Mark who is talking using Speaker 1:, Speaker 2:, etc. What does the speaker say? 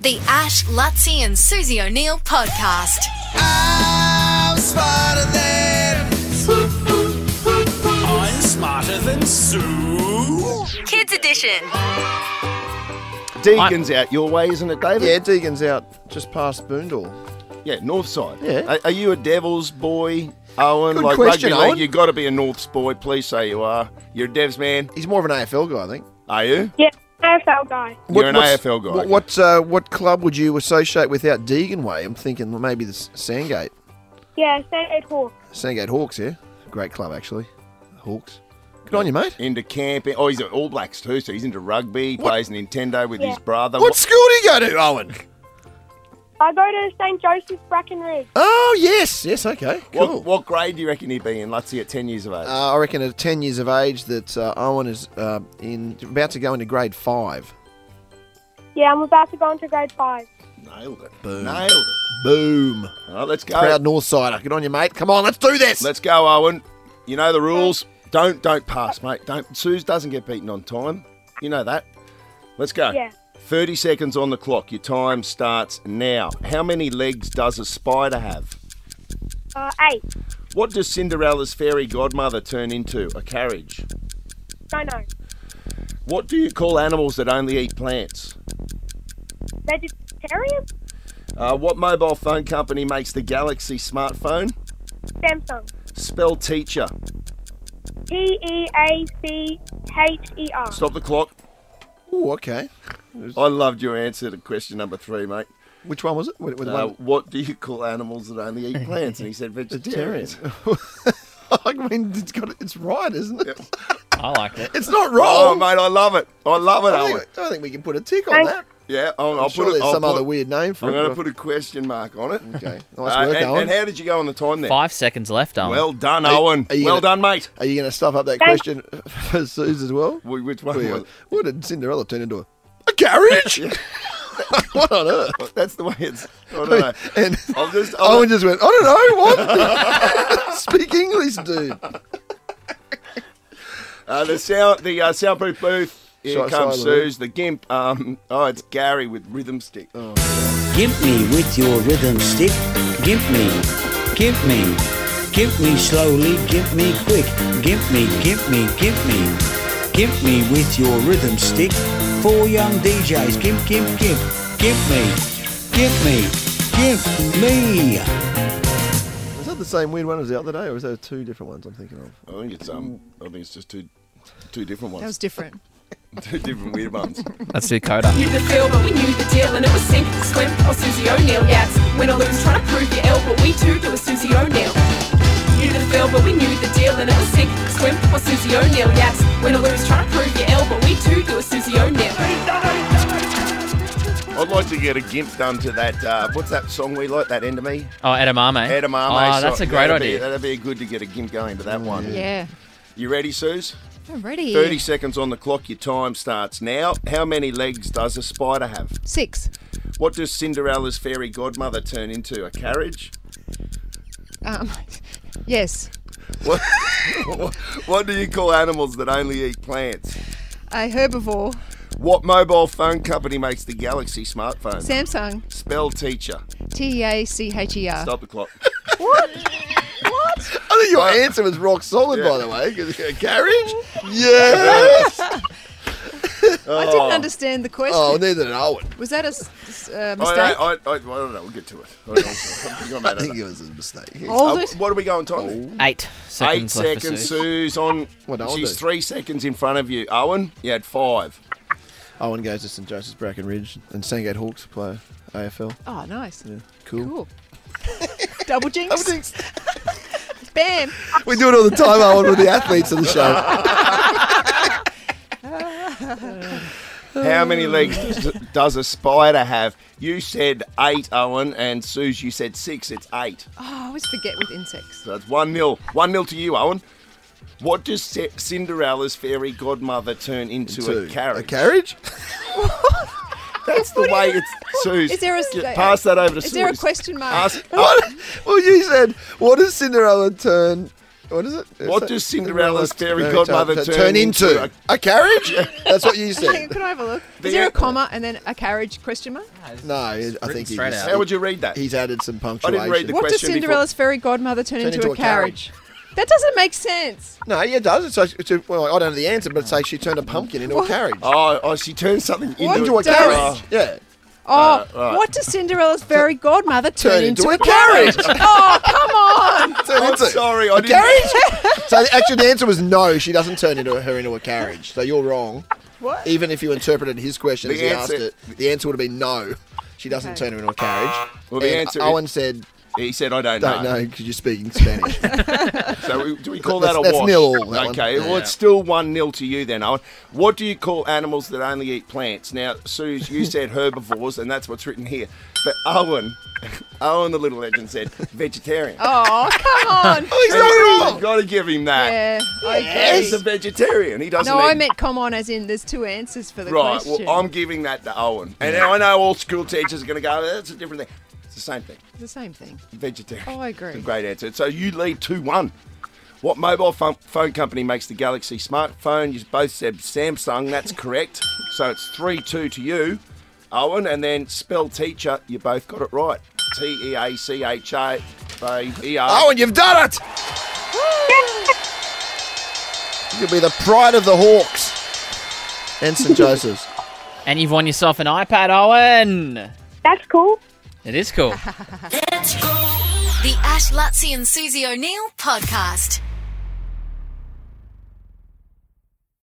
Speaker 1: The Ash, Lutzi and Susie O'Neill podcast.
Speaker 2: I'm smarter than. I'm smarter than Sue.
Speaker 1: Kids Edition.
Speaker 3: Deegan's out your way, isn't it, David?
Speaker 4: Yeah, Deegan's out just past Boondall.
Speaker 3: Yeah, north side.
Speaker 4: Yeah.
Speaker 3: Are, are you a Devils boy, Owen?
Speaker 4: Good
Speaker 3: like
Speaker 4: question,
Speaker 3: rugby league,
Speaker 4: Owen.
Speaker 3: you got to be a Norths boy. Please say you are. You're a Devs man,
Speaker 4: He's more of an AFL guy, I think.
Speaker 3: are you?
Speaker 5: Yeah, AFL guy.
Speaker 3: You're an
Speaker 4: what's-
Speaker 3: AFL guy.
Speaker 4: What what, uh, what club would you associate with out Deegan way? I'm thinking well, maybe the S- Sandgate.
Speaker 5: Yeah, Sandgate Hawk.
Speaker 4: Sandgate Hawks, yeah. Great club, actually. Hawks. Good on you, mate.
Speaker 3: Into camping. Oh, he's at All Blacks too, so he's into rugby.
Speaker 4: What-
Speaker 3: Plays Nintendo with
Speaker 5: Yeah.
Speaker 3: his brother.
Speaker 4: What school do you go to, Owen?
Speaker 5: I go to St Joseph's Brackenridge.
Speaker 4: Oh, yes. Yes, okay.
Speaker 3: What,
Speaker 4: Cool.
Speaker 3: what grade do you reckon he'd be in, Lutzi, at 10 years of age?
Speaker 4: Uh, I reckon at 10 years of age that uh, Owen is uh, in about to go into grade five.
Speaker 5: Yeah, I'm about to go into grade five.
Speaker 3: Nailed it.
Speaker 4: boom.
Speaker 3: Nailed it.
Speaker 4: Boom.
Speaker 3: All right, let's go.
Speaker 4: Proud North Sider. Good on you, mate. Come on, let's do this.
Speaker 3: Let's go, Owen. You know the rules. Don't don't pass, mate. Don't. Suze doesn't get beaten on time. You know that. Let's go.
Speaker 5: Yeah.
Speaker 3: 30 seconds on the clock. Your time starts now. How many legs does a spider have?
Speaker 5: Uh, eight.
Speaker 3: What does Cinderella's fairy godmother turn into? A carriage.
Speaker 5: Don't know.
Speaker 3: What do you call animals that only eat plants?
Speaker 5: Vegetarian?
Speaker 3: Uh, what mobile phone company makes the Galaxy smartphone?
Speaker 5: Samsung.
Speaker 3: Spell teacher.
Speaker 5: T E A C H E R.
Speaker 3: Stop the clock.
Speaker 4: Ooh, okay.
Speaker 3: I loved your answer to question number three, mate.
Speaker 4: Which one was it? Wh- wh- the
Speaker 3: Uh,
Speaker 4: one-
Speaker 3: what do you call animals that only eat plants? And he said vegetarians.
Speaker 4: I mean, it's got it's right, isn't it?
Speaker 6: I like it.
Speaker 4: It's not
Speaker 3: Oh,
Speaker 4: wrong.
Speaker 3: mate, I love it. I love it,
Speaker 4: I,
Speaker 3: Owen.
Speaker 4: think, I think we can put a tick on
Speaker 5: Thanks.
Speaker 4: that.
Speaker 3: Yeah, I'll, I'll
Speaker 4: I'm sure
Speaker 3: put it.
Speaker 4: there's
Speaker 3: I'll
Speaker 4: some
Speaker 3: put-
Speaker 4: other weird name for
Speaker 3: I'm
Speaker 4: it.
Speaker 3: going to
Speaker 4: but-
Speaker 3: put a question mark on it. Uh,
Speaker 4: Okay. Nice work,
Speaker 3: and,
Speaker 4: Owen.
Speaker 3: and how did you go on the time there?
Speaker 6: Five seconds left, Owen.
Speaker 3: Well done,
Speaker 4: Are you-
Speaker 3: Owen.
Speaker 4: are you
Speaker 3: well
Speaker 4: gonna-
Speaker 3: done, mate.
Speaker 4: Are you going to stuff up that
Speaker 5: Thanks.
Speaker 4: question for Suze as well?
Speaker 3: Wh- Which one was
Speaker 4: What,
Speaker 3: it?
Speaker 4: what did Cinderella turn into? A, a carriage? what on earth?
Speaker 3: Well, That's the way it's. I don't know.
Speaker 4: And
Speaker 3: I'll just. I'll
Speaker 4: Owen just went, I don't know, what? Speak English, dude.
Speaker 3: uh, the sound. The uh, soundproof booth. Here
Speaker 4: Shall I
Speaker 3: comes
Speaker 4: silent it?
Speaker 3: Suze, the gimp. Um, oh, it's Gary with rhythm stick.
Speaker 4: Oh.
Speaker 7: Gimp me with your rhythm stick. Gimp me. Gimp me. Gimp me slowly. Gimp me quick. Gimp me. Gimp me. Gimp me. Gimp me with your rhythm stick. Four young DJs. Gimp, gimp, gimp. Gimp me. Gimp me. Gimp me.
Speaker 4: Is that the same weird one as the other day, or is there two different ones I'm thinking of?
Speaker 3: I think it's um. I think it's just two, two different
Speaker 8: That was
Speaker 3: ones.
Speaker 8: different.
Speaker 3: two different weird ones.
Speaker 6: That's Dakota.
Speaker 9: knew the feel, but we knew the deal, and it was sink, swim, or Susie O'Neill. Yes, win or lose, trying to prove you're ill, but we too do a Susie O'Neill. Knew the feel, but we knew the deal, and it was sink, swim, or Susie O'Neill. Yes, win or lose, trying to prove you're ill, but we too do a Susie O'Neill.
Speaker 3: I'd like to get a gimp done to that. Uh, what's that song we like? That Endemy?
Speaker 6: Oh, Edamame.
Speaker 3: Edamame.
Speaker 6: Oh, that's
Speaker 3: so-
Speaker 6: a great
Speaker 3: that'd Be,
Speaker 6: idea.
Speaker 3: that'd be good to get a gimp going to that one.
Speaker 8: Yeah.
Speaker 3: You ready, Suze?
Speaker 8: I'm ready.
Speaker 3: 30 seconds on the clock. Your time starts now. How many legs does a spider have?
Speaker 8: Six.
Speaker 3: What does Cinderella's fairy godmother turn into? A carriage?
Speaker 8: Um, yes.
Speaker 3: What, what do you call animals that only eat plants?
Speaker 8: A herbivore.
Speaker 3: What mobile phone company makes the Galaxy smartphone?
Speaker 8: Samsung.
Speaker 3: Spell teacher.
Speaker 8: T A C H E R.
Speaker 3: Stop the clock.
Speaker 4: I think your answer was rock solid,
Speaker 3: Yeah.
Speaker 4: by the way. 'cause- A carriage? Yes!
Speaker 8: I didn't understand the question.
Speaker 4: oh, neither did Owen.
Speaker 8: Was that a, s- s- uh,
Speaker 3: I,
Speaker 8: mistake?
Speaker 3: Oh, I, I, I, I don't know. We'll get to it. I don't know. You've got
Speaker 4: I
Speaker 3: mad at
Speaker 4: think
Speaker 3: it.
Speaker 4: it was a mistake.
Speaker 8: Hold
Speaker 3: Uh,
Speaker 8: it.
Speaker 3: what are we going
Speaker 6: Eight
Speaker 3: time? Eight
Speaker 6: seconds left
Speaker 3: seconds,
Speaker 6: for Sue.
Speaker 3: Sue's on.
Speaker 4: What I'll
Speaker 3: she's
Speaker 4: do.
Speaker 3: three seconds in front of you. Owen, you had five.
Speaker 4: Owen goes to St Joseph's Brackenridge and Sandgate Hawks play AFL.
Speaker 8: Oh, nice.
Speaker 4: Cool.
Speaker 8: Cool. Double jinx. Bam.
Speaker 4: We do it all the time, Owen, with the athletes of the show.
Speaker 3: How many legs does- does a spider have? You said eight, Owen, and Suze, you said six. It's eight.
Speaker 8: Oh, I always forget with insects.
Speaker 3: So it's one nil. One nil to you, Owen. What does C- Cinderella's fairy godmother turn into,
Speaker 4: Two.
Speaker 3: a carriage?
Speaker 4: A carriage?
Speaker 3: That's the way it's. Suze,
Speaker 8: Is there a-
Speaker 3: get- pass that over to
Speaker 8: Is
Speaker 3: Suze.
Speaker 8: there a question mark?
Speaker 3: Ask,
Speaker 4: What? Well, you said, what does Cinderella turn What is it?
Speaker 3: What does Cinderella's fairy godmother turn,
Speaker 4: into? A carriage? That's what you
Speaker 8: Hang on,
Speaker 4: said.
Speaker 8: Can I have a look?
Speaker 3: The-
Speaker 8: Is there a comma and then a carriage question mark?
Speaker 4: No, I think he
Speaker 6: straight
Speaker 4: just-
Speaker 6: out.
Speaker 3: How would you read that?
Speaker 4: he's added some
Speaker 3: I
Speaker 4: punctuation.
Speaker 3: didn't read the
Speaker 8: What does
Speaker 3: question before-
Speaker 8: Cinderella's fairy godmother turn, into, a, carriage? that doesn't make sense.
Speaker 4: No, yeah, it does. It's, a- it's a, well, I don't know the answer, but it's like she turned a pumpkin into a carriage.
Speaker 3: Oh, oh, she turns something into
Speaker 8: What
Speaker 4: into a
Speaker 8: does-
Speaker 4: carriage. Yeah.
Speaker 8: Oh, what does Cinderella's fairy godmother turn,
Speaker 4: Turn
Speaker 8: into,
Speaker 4: into a
Speaker 8: a carriage? oh, come on!
Speaker 4: Turn
Speaker 3: Oh, I'm
Speaker 4: into
Speaker 3: sorry, I
Speaker 4: a
Speaker 3: didn't-
Speaker 4: carriage. so the, actually, the answer was no. She doesn't turn into her into a carriage. So you're wrong.
Speaker 8: What?
Speaker 4: Even if you interpreted his question
Speaker 3: The
Speaker 4: as he
Speaker 3: answer-
Speaker 4: asked it, the answer would have been no. She doesn't
Speaker 8: Okay.
Speaker 4: turn her into a carriage.
Speaker 3: Well, the
Speaker 4: And
Speaker 3: answer is-
Speaker 4: Owen said,
Speaker 3: He said, "I don't,
Speaker 4: "Don't know because you're speaking Spanish."
Speaker 3: So we, do we call
Speaker 4: That's-
Speaker 3: that a
Speaker 4: that's
Speaker 3: wash?
Speaker 4: nil all, that one.
Speaker 3: okay, well,
Speaker 4: Yeah.
Speaker 3: it's still one nil to you then, Owen. What do you call animals that only eat plants? Now, Suze, you said herbivores, and that's what's written here. But Owen, Owen, the little legend said vegetarian.
Speaker 8: Oh, come on!
Speaker 3: You've got to give him that.
Speaker 8: Yeah, I
Speaker 3: He's a
Speaker 8: agree.
Speaker 3: vegetarian. He doesn't.
Speaker 8: No,
Speaker 3: eat
Speaker 8: I meant come on, as in there's two answers for the
Speaker 3: Right.
Speaker 8: question.
Speaker 3: Well, I'm giving that to Owen, and I know all school teachers are going to go. That's a different thing. It's the same thing.
Speaker 8: It's the same thing.
Speaker 3: Vegetarian.
Speaker 8: Oh, I agree.
Speaker 3: It's a great answer. So you lead two one. What mobile phone, phone company makes the Galaxy smartphone? You both said Samsung. That's correct. So it's three two to you, Owen, and then spell teacher. You both got it right. T E A C H A B E R.
Speaker 4: Owen, you've done it. You'll be the pride of the Hawks and St Joseph's.
Speaker 6: And you've won yourself an iPad, Owen.
Speaker 5: That's cool.
Speaker 6: It is cool.
Speaker 1: The Ash Lutzi and Susie O'Neill podcast.